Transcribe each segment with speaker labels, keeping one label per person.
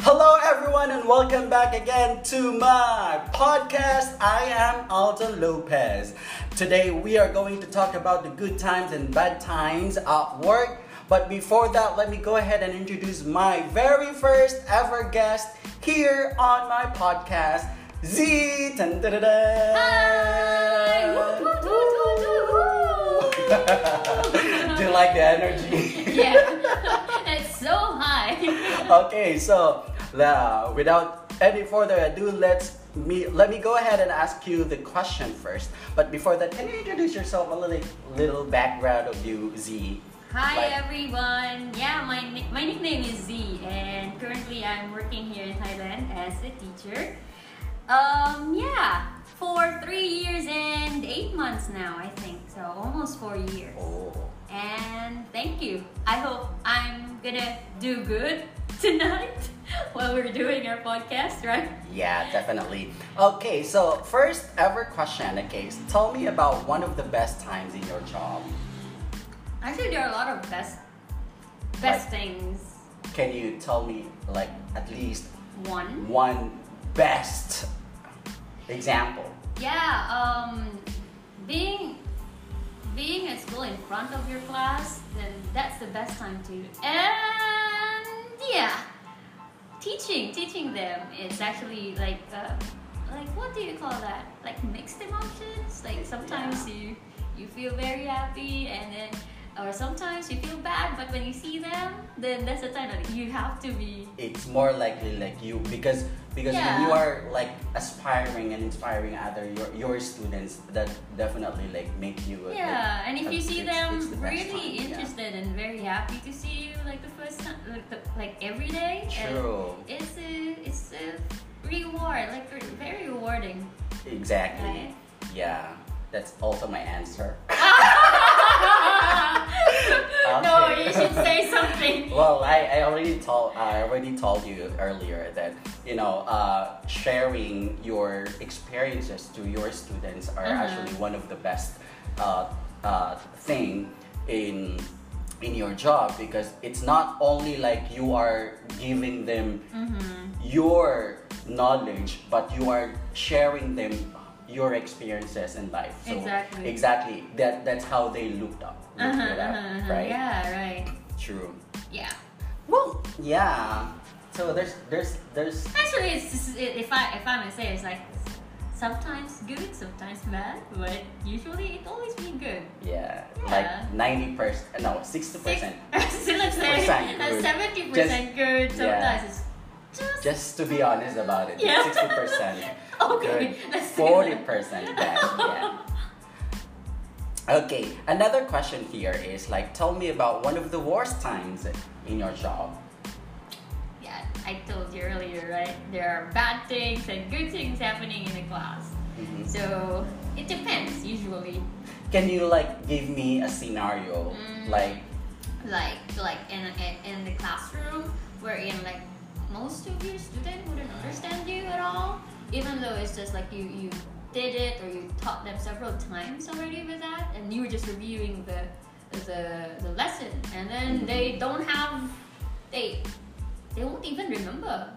Speaker 1: Hello, everyone, and welcome back again to my podcast. I am Alton Lopez. Today, we are going to talk about the good times and bad times at work. But before that, let me go ahead and introduce my very first ever guest here on my podcast, Z. Dun, dun, dun, dun.
Speaker 2: Hi! Woo, woo, woo, woo, woo,
Speaker 1: Do
Speaker 2: woo.
Speaker 1: you like the energy?
Speaker 2: yeah, it's so high.
Speaker 1: okay, so uh, without any further ado, let's me let me go ahead and ask you the question first. But before that, can you introduce yourself a little little background of you, Z?
Speaker 2: Hi
Speaker 1: Like-
Speaker 2: everyone. Yeah, my ni- my nickname is Z, and currently I'm working here in Thailand as a teacher. Um, yeah, for three years and eight months now, I think. So almost four years.
Speaker 1: Oh,
Speaker 2: And thank you. I hope I'm gonna do good tonight while we're doing our podcast, right?
Speaker 1: yeah, definitely. Okay, so first ever question. Okay, so tell me about one of the best times in your job.
Speaker 2: Actually, there are a lot of best best things.
Speaker 1: Can you tell me like at least
Speaker 2: One,
Speaker 1: one best example?
Speaker 2: yeah, um, being being at school in front of your class, then that's the best time to. And yeah, teaching teaching them is actually like uh, like what do you call that? Like mixed emotions. Like sometimes you you feel very happy and then. Or sometimes you feel bad, but when you see them, then that's the time that you have to be
Speaker 1: it's more likely like you because because when
Speaker 2: Yeah.
Speaker 1: you are like aspiring and inspiring other your, your students that definitely like make you a-
Speaker 2: Yeah, and if
Speaker 1: a-
Speaker 2: you see
Speaker 1: it's-
Speaker 2: them
Speaker 1: it's the best
Speaker 2: really
Speaker 1: time, yeah.
Speaker 2: interested and very happy to see you like the first time, like, the, like every day, and
Speaker 1: true
Speaker 2: it's a it's a reward, like re- very rewarding,
Speaker 1: exactly
Speaker 2: right?
Speaker 1: yeah that's also my answer
Speaker 2: no, you should say something.
Speaker 1: well I, I already told I already told you earlier that you know uh, sharing your experiences to your students are
Speaker 2: Uh-huh.
Speaker 1: actually one of the best uh, uh, thing in in your job because it's not only like you are giving them
Speaker 2: Mm-hmm,
Speaker 1: your knowledge but you are sharing them your experiences in life so
Speaker 2: Exactly.
Speaker 1: exactly that that's how they looked up
Speaker 2: Uh-huh,
Speaker 1: looked it up,
Speaker 2: uh-huh, uh-huh.
Speaker 1: right
Speaker 2: Yeah, right.
Speaker 1: true
Speaker 2: Yeah.
Speaker 1: well, yeah. So there's there's there's
Speaker 2: Actually, it's, it's- it- if I if I may say, it's like sometimes good, sometimes bad, but usually it always be good.
Speaker 1: yeah,
Speaker 2: Yeah.
Speaker 1: like ninety percent no sixty percent
Speaker 2: Let's say
Speaker 1: Percent good.
Speaker 2: seventy percent good. Sometimes
Speaker 1: yeah.
Speaker 2: it's just,
Speaker 1: just to be honest about it
Speaker 2: Yeah.
Speaker 1: sixty percent
Speaker 2: okay. Let's say
Speaker 1: forty
Speaker 2: that.
Speaker 1: percent bad yeah. Okay, another question here is like, tell me about one of the worst times in your job.
Speaker 2: Yeah, I told you earlier, right? There are bad things and good things happening in the class. Mm-hmm.
Speaker 1: Mhm.
Speaker 2: So it depends usually.
Speaker 1: Can you like give me a scenario
Speaker 2: Mm.
Speaker 1: like
Speaker 2: Like like in in the classroom wherein like most of your students wouldn't understand you at all, even though it's just like you you did it or you taught them several times already with that, and you were just reviewing the the the lesson, and
Speaker 1: Mm-hmm.
Speaker 2: then they don't have they they won't even remember.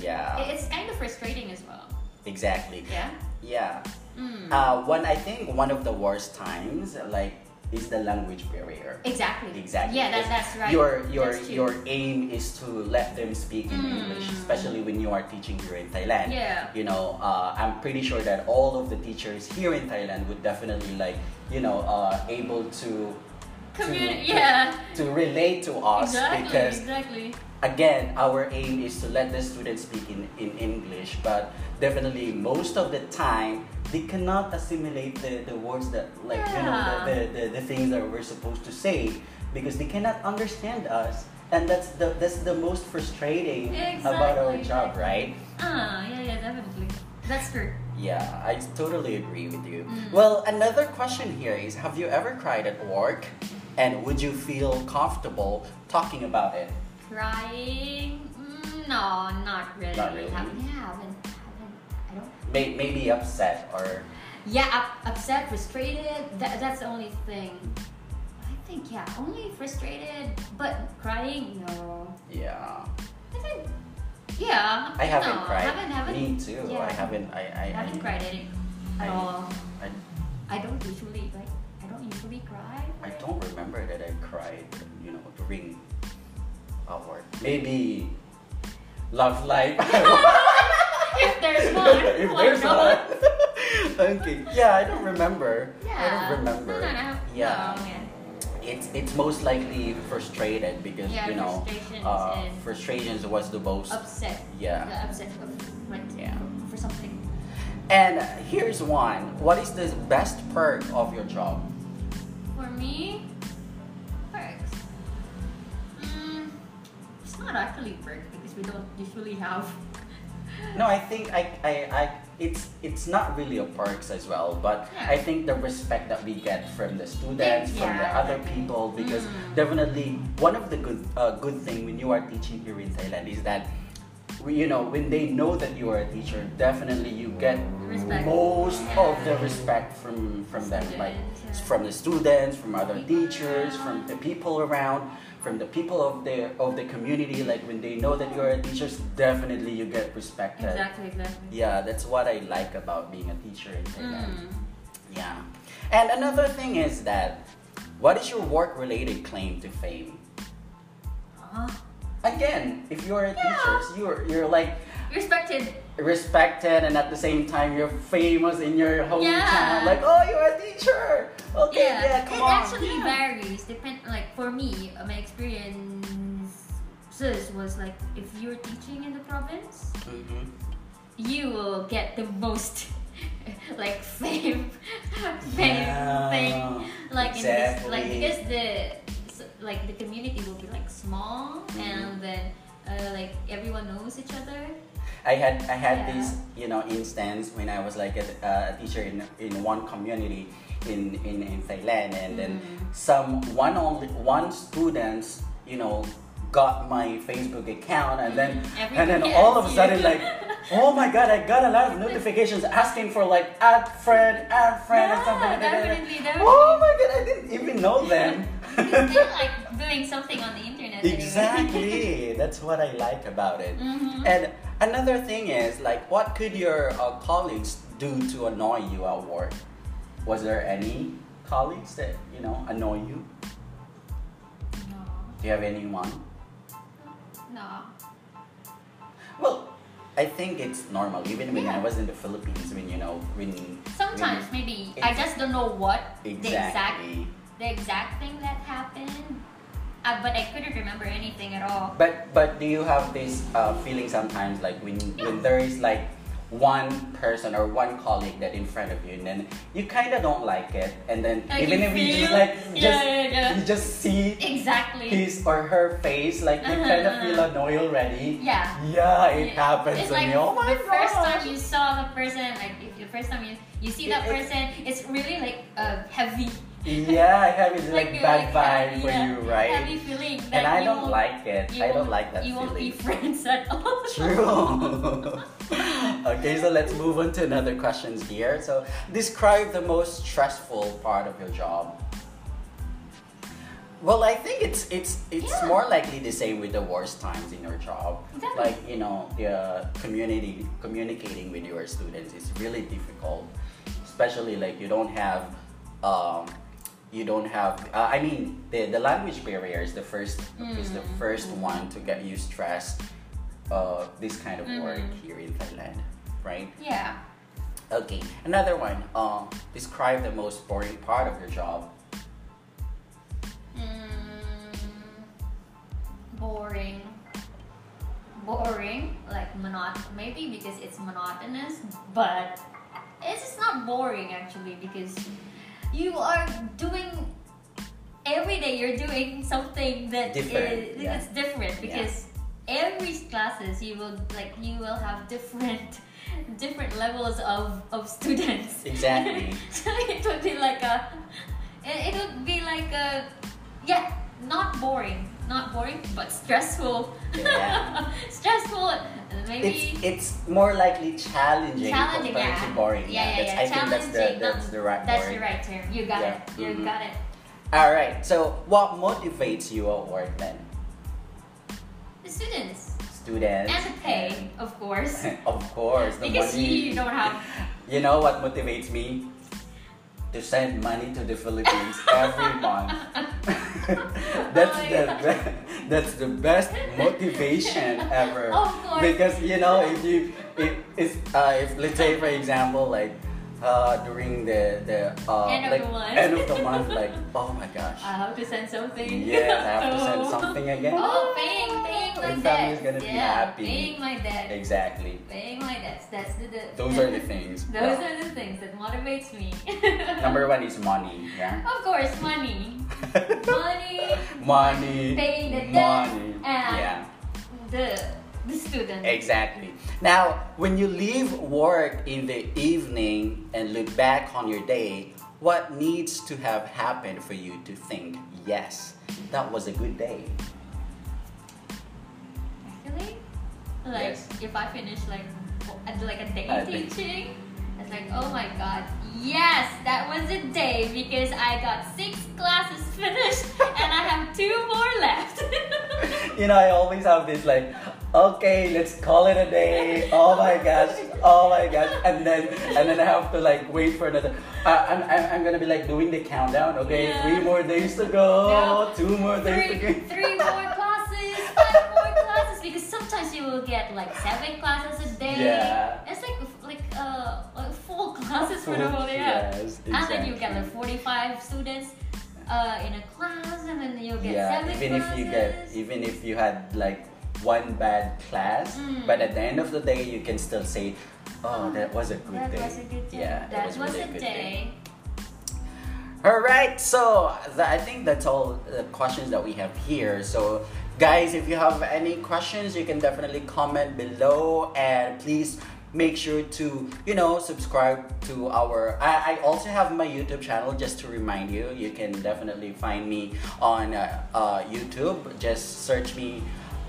Speaker 1: yeah,
Speaker 2: It- It's kind of frustrating as well.
Speaker 1: exactly.
Speaker 2: Yeah.
Speaker 1: Yeah.
Speaker 2: Mm.
Speaker 1: Uh, one I think one of the worst times like is the language barrier.
Speaker 2: Exactly.
Speaker 1: Exactly.
Speaker 2: Yeah, that,
Speaker 1: because
Speaker 2: that's right.
Speaker 1: Your your
Speaker 2: That's true.
Speaker 1: your aim is to let them speak in
Speaker 2: Mm.
Speaker 1: English, especially when you are teaching here in Thailand.
Speaker 2: Yeah.
Speaker 1: You know, uh, I'm pretty sure that all of the teachers here in Thailand would definitely like you know uh, able to
Speaker 2: Communi-
Speaker 1: to-
Speaker 2: yeah.
Speaker 1: to relate to us
Speaker 2: Exactly.
Speaker 1: because
Speaker 2: Exactly.
Speaker 1: again our aim is to let the students speak in, in english but definitely most of the time they cannot assimilate the, the words that like you know
Speaker 2: Yeah.
Speaker 1: the, the, the, the things that we're supposed to say because they cannot understand us and that's the that's the most frustrating about our
Speaker 2: Exactly.
Speaker 1: job right
Speaker 2: Ah, yeah, yeah, definitely. That's true.
Speaker 1: yeah i totally agree with you
Speaker 2: Mm.
Speaker 1: well another question here is have you ever cried at work and would you feel comfortable talking about it
Speaker 2: Crying? Mm, no, not really.
Speaker 1: Not really.
Speaker 2: Haven't- yeah, haven't, haven't, I don't.
Speaker 1: May, maybe upset or
Speaker 2: Yeah, up, upset, frustrated. That, that's the only thing. I think yeah, only frustrated, but crying, no.
Speaker 1: yeah
Speaker 2: I think Yeah.
Speaker 1: I haven't
Speaker 2: no,
Speaker 1: cried.
Speaker 2: Haven't, haven't,
Speaker 1: Me too.
Speaker 2: Yeah.
Speaker 1: I haven't. I. I,
Speaker 2: I haven't
Speaker 1: I,
Speaker 2: cried at, it at
Speaker 1: I-
Speaker 2: all.
Speaker 1: I,
Speaker 2: I don't usually like. I don't usually cry.
Speaker 1: I don't remember that I cried. You know, during our maybe love life.
Speaker 2: If there's one,
Speaker 1: if
Speaker 2: why
Speaker 1: there's
Speaker 2: not?
Speaker 1: one. okay. Yeah, I don't remember.
Speaker 2: Yeah.
Speaker 1: I don't remember.
Speaker 2: No, no, no.
Speaker 1: Yeah.
Speaker 2: No, yeah.
Speaker 1: It's it's most likely frustrated because
Speaker 2: Yeah,
Speaker 1: you know
Speaker 2: frustrations
Speaker 1: uh,
Speaker 2: and-
Speaker 1: frustrations was the most.
Speaker 2: Upset.
Speaker 1: Yeah.
Speaker 2: The upset of like
Speaker 1: Yeah.
Speaker 2: for something.
Speaker 1: And here's one. What is the best perk of your job?
Speaker 2: For me, perks. Mm, it's not actually perk because we don't usually have.
Speaker 1: No, I think I, I, I it's it's not really a perks as well, but I
Speaker 2: Yeah.
Speaker 1: think the respect that we get from the students, from the
Speaker 2: Yeah.
Speaker 1: other people, because
Speaker 2: Mm.
Speaker 1: definitely one of the good uh, good thing when you are teaching here in Thailand is that we, you know when they know that you are a teacher, definitely you get
Speaker 2: Respect.
Speaker 1: most
Speaker 2: Yeah.
Speaker 1: of the respect from from them, like
Speaker 2: Students, yeah.
Speaker 1: from the students, from other
Speaker 2: People
Speaker 1: teachers, from
Speaker 2: around.
Speaker 1: the people around. From the people of the of the community, like when they know that you are a teacher, definitely you get respected.
Speaker 2: Exactly. Exactly.
Speaker 1: Yeah, that's what I like about being a teacher in Thailand.
Speaker 2: Mm.
Speaker 1: Yeah. And another thing is that what is your work related claim to fame?
Speaker 2: Huh?
Speaker 1: Again, if you're a
Speaker 2: Yeah.
Speaker 1: teacher, you're you're like
Speaker 2: Respected.
Speaker 1: respected and at the same time you're famous in your hometown.
Speaker 2: Yeah.
Speaker 1: Like, oh you're a teacher. Okay, yeah, come
Speaker 2: it
Speaker 1: on.
Speaker 2: actually
Speaker 1: Yeah.
Speaker 2: varies. Depend like for me, uh, my experiences was like if you're teaching in the province,
Speaker 1: Mhm.
Speaker 2: you will get the most like fame, fame
Speaker 1: Yeah.
Speaker 2: thing. Like in this,
Speaker 1: Exactly.
Speaker 2: like because the s- like the community will be like small
Speaker 1: Mm-hmm.
Speaker 2: and then uh, like everyone knows each other.
Speaker 1: I had I had
Speaker 2: Yeah.
Speaker 1: this you know instance when I was like a, uh, a teacher in in one community in in, in Thailand, and then
Speaker 2: Mm-hmm.
Speaker 1: some one only one students you know got my Facebook account, and then
Speaker 2: Mhm.
Speaker 1: and then
Speaker 2: Everybody
Speaker 1: all of a
Speaker 2: asks
Speaker 1: sudden
Speaker 2: you.
Speaker 1: like.
Speaker 2: Mm-hmm.
Speaker 1: Oh my god, I got a lot of notifications asking for like add friend, add friend, and
Speaker 2: Yeah,
Speaker 1: something like that.
Speaker 2: definitely, definitely.
Speaker 1: Oh my god, I didn't even know them.
Speaker 2: You're still like doing something on the internet. anyway.
Speaker 1: exactly, Eh. that's what I like about it.
Speaker 2: Mhm.
Speaker 1: And another thing is, like, what could your uh, colleagues do to annoy you at work? Was there any colleagues that, you know, annoy you?
Speaker 2: No.
Speaker 1: Do you have anyone?
Speaker 2: No.
Speaker 1: Well, I think it's normal. Even when I
Speaker 2: Yeah.
Speaker 1: was in the Philippines, when, you know, when.
Speaker 2: Sometimes
Speaker 1: when-
Speaker 2: maybe I just don't know what the exact
Speaker 1: Mm-hmm. Exactly.
Speaker 2: the exact thing that happened, uh, but I couldn't remember anything at all.
Speaker 1: But but do you have this uh, feeling sometimes like when when there is like one person or one colleague that in front of you and then you kind of don't like it and then
Speaker 2: Like,
Speaker 1: even
Speaker 2: you
Speaker 1: if you just
Speaker 2: feel-
Speaker 1: like
Speaker 2: yeah,
Speaker 1: just
Speaker 2: yeah, yeah.
Speaker 1: you just see
Speaker 2: Exactly.
Speaker 1: his or her face like you
Speaker 2: Uh-huh,
Speaker 1: kind of
Speaker 2: uh-huh.
Speaker 1: feel annoyed already.
Speaker 2: Yeah.
Speaker 1: Yeah, it
Speaker 2: Yeah.
Speaker 1: happens
Speaker 2: It's
Speaker 1: to
Speaker 2: like
Speaker 1: me. Oh my
Speaker 2: the first
Speaker 1: gosh.
Speaker 2: time you saw the person, like if the first time you you see
Speaker 1: It-
Speaker 2: that
Speaker 1: it-
Speaker 2: person, it's really like uh, heavy.
Speaker 1: Yeah, I have this like,
Speaker 2: you're
Speaker 1: bad vibe
Speaker 2: heavy,
Speaker 1: for
Speaker 2: yeah,
Speaker 1: you, right?
Speaker 2: Heavy feeling.
Speaker 1: and
Speaker 2: that
Speaker 1: I
Speaker 2: you
Speaker 1: don't
Speaker 2: won't-
Speaker 1: like it.
Speaker 2: you
Speaker 1: I don't
Speaker 2: won't-
Speaker 1: like that
Speaker 2: You won't be
Speaker 1: feeling.
Speaker 2: friends at all.
Speaker 1: True. okay, so let's move on to another questions here. So, describe the most stressful part of your job. Well, I think it's it's it's
Speaker 2: Yeah.
Speaker 1: more likely the same with the worst times in your job.
Speaker 2: Exactly.
Speaker 1: Like you know, the uh, community communicating with your students is really difficult, especially like you don't have, um, you don't have. Uh, I mean, the the language barrier is the first is the first one to get you stressed. Uh, this kind of work
Speaker 2: Mhm.
Speaker 1: here in Thailand, right?
Speaker 2: Yeah.
Speaker 1: Okay, another one. Uh, describe the most boring part of your job.
Speaker 2: Mm, boring. Boring, like monot. Maybe because it's monotonous, but it's just not boring actually because you are doing every day. You're doing something that is
Speaker 1: Different, yeah.
Speaker 2: it's different because every classes you will like you will have different different levels of of students.
Speaker 1: Exactly.
Speaker 2: so it would be like a it, it would be like a yeah not boring not boring but stressful
Speaker 1: Yeah.
Speaker 2: stressful maybe
Speaker 1: It's it's more likely challenging,
Speaker 2: challenging
Speaker 1: compared
Speaker 2: yeah.
Speaker 1: to boring.
Speaker 2: yeah yeah,
Speaker 1: that's,
Speaker 2: yeah.
Speaker 1: I think that's the
Speaker 2: challenging
Speaker 1: that's
Speaker 2: not-
Speaker 1: the right
Speaker 2: that's
Speaker 1: word.
Speaker 2: the right term you got
Speaker 1: Yeah.
Speaker 2: it you
Speaker 1: Mhm.
Speaker 2: got it
Speaker 1: All right. So, what motivates you at work then?
Speaker 2: the students
Speaker 1: students.
Speaker 2: And the pay, of course.
Speaker 1: of course, the
Speaker 2: because
Speaker 1: money.
Speaker 2: you don't have
Speaker 1: You know what motivates me? To send money to the Philippines every month. that's
Speaker 2: Oh my
Speaker 1: the
Speaker 2: God.
Speaker 1: be- that's the best motivation ever.
Speaker 2: Of course.
Speaker 1: Because you know if you if it's, uh, if let's say for example like uh, during the the uh,
Speaker 2: End of
Speaker 1: like
Speaker 2: the month. Ah,
Speaker 1: end of the month like oh my gosh
Speaker 2: I have to send something.
Speaker 1: yes I have to send
Speaker 2: Oh.
Speaker 1: something again.
Speaker 2: Oh, paying, paying
Speaker 1: The
Speaker 2: like that.
Speaker 1: family's gonna be
Speaker 2: yeah,
Speaker 1: happy.
Speaker 2: Paying like that.
Speaker 1: Exactly.
Speaker 2: Paying like that. That's the. the
Speaker 1: Those are the things.
Speaker 2: Those are the things that motivates me.
Speaker 1: Number one is money. Yeah.
Speaker 2: Of course, money. Money,
Speaker 1: money.
Speaker 2: Paying the debt
Speaker 1: money.
Speaker 2: and-
Speaker 1: Yeah.
Speaker 2: the the student.
Speaker 1: Exactly. Now, when you leave work in the evening and look back on your day, what needs to have happened for you to think, yes, that was a good day?
Speaker 2: Actually, like
Speaker 1: Yes.
Speaker 2: if I finish like w- at like a day
Speaker 1: I think-
Speaker 2: teaching, it's like oh my god, yes, that was a day because I got six classes finished and I have two more left.
Speaker 1: You know, I always have this like, okay, let's call it a day. Oh my gosh, oh my gosh, and then and then I have to like wait for another. I, I'm, I'm I'm gonna be like doing the countdown. Okay,
Speaker 2: Yeah.
Speaker 1: three more days to go,
Speaker 2: Yeah.
Speaker 1: two more days to
Speaker 2: three,
Speaker 1: go.
Speaker 2: three more classes, five more classes because sometimes you will get like seven classes a day.
Speaker 1: Yeah.
Speaker 2: It's like like uh like full classes for the whole day.
Speaker 1: Yes,
Speaker 2: And then you get
Speaker 1: exactly.
Speaker 2: like 45 students uh, in a class, and then you get
Speaker 1: yeah
Speaker 2: seven
Speaker 1: even if
Speaker 2: classes.
Speaker 1: you get e, even if you had like one bad class
Speaker 2: Mm.
Speaker 1: but at the end of the day you can still say oh that was a good
Speaker 2: that
Speaker 1: day
Speaker 2: was a good day.
Speaker 1: yeah
Speaker 2: that was,
Speaker 1: really
Speaker 2: a
Speaker 1: good
Speaker 2: day.
Speaker 1: all right so th- i think that's all the questions that we have here so guys if you have any questions you can definitely comment below and please make sure to you know subscribe to our i, I also have my youtube channel just to remind you you can definitely find me on uh, uh, youtube just search me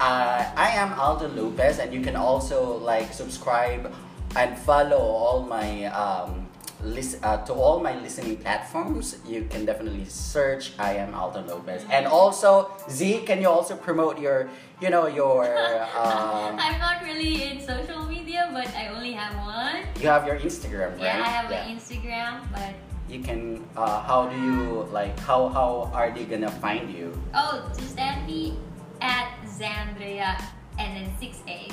Speaker 1: uh, I am Aldo Lopez, and you can also like subscribe and follow all my um, lis- uh, to all my listening platforms. You can definitely search I am Aldo Lopez, and also Z. Can you also promote your, you know, your um,
Speaker 2: I'm not really in social media, but I only have one.
Speaker 1: you have your Instagram, right?
Speaker 2: Yeah, I have
Speaker 1: Yeah.
Speaker 2: an Instagram, but
Speaker 1: You can. Uh, how do you like? How how are they gonna find you?
Speaker 2: oh, just add me at Zandria and then six A's.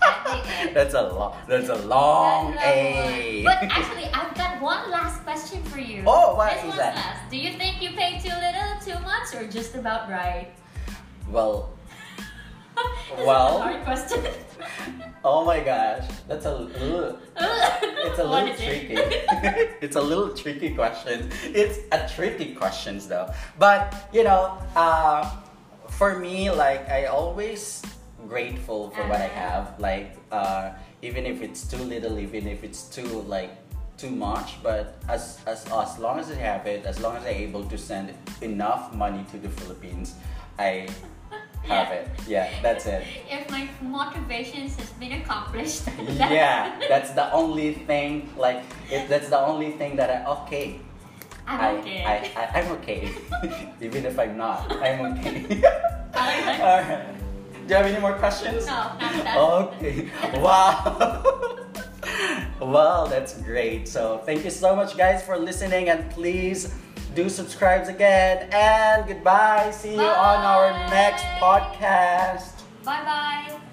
Speaker 2: At the end.
Speaker 1: That's a long. That's a long
Speaker 2: That's
Speaker 1: A.
Speaker 2: lovely. But actually, I've got one last question for you.
Speaker 1: Oh, what
Speaker 2: this
Speaker 1: is
Speaker 2: one's
Speaker 1: that?
Speaker 2: Last. Do you think you paid too little, too much, or just about right?
Speaker 1: well.
Speaker 2: This is a
Speaker 1: Well.
Speaker 2: hard question.
Speaker 1: Oh my gosh, that's a ugh. it's a
Speaker 2: What
Speaker 1: little
Speaker 2: is it?
Speaker 1: tricky. it's a little tricky question. It's a tricky questions though. But you know, uh, for me, like I always grateful for what I have. Like uh, even if it's too little, even if it's too like too much, but as as as long as I have it, as long as I'm able to send enough money to the Philippines, I have it. Yeah, that's it.
Speaker 2: If my motivations has been accomplished. that's-
Speaker 1: yeah that's the only thing like it, that's the only thing that i okay
Speaker 2: I'm
Speaker 1: I,
Speaker 2: okay.
Speaker 1: I, I, i'm okay even if i'm not i'm okay
Speaker 2: Alright.
Speaker 1: all right do you have any more questions
Speaker 2: no, not that.
Speaker 1: Oh. okay wow wow that's great so thank you so much guys for listening and please do subscribe again and goodbye see you on our next
Speaker 2: Bye.
Speaker 1: podcast
Speaker 2: Bye bye.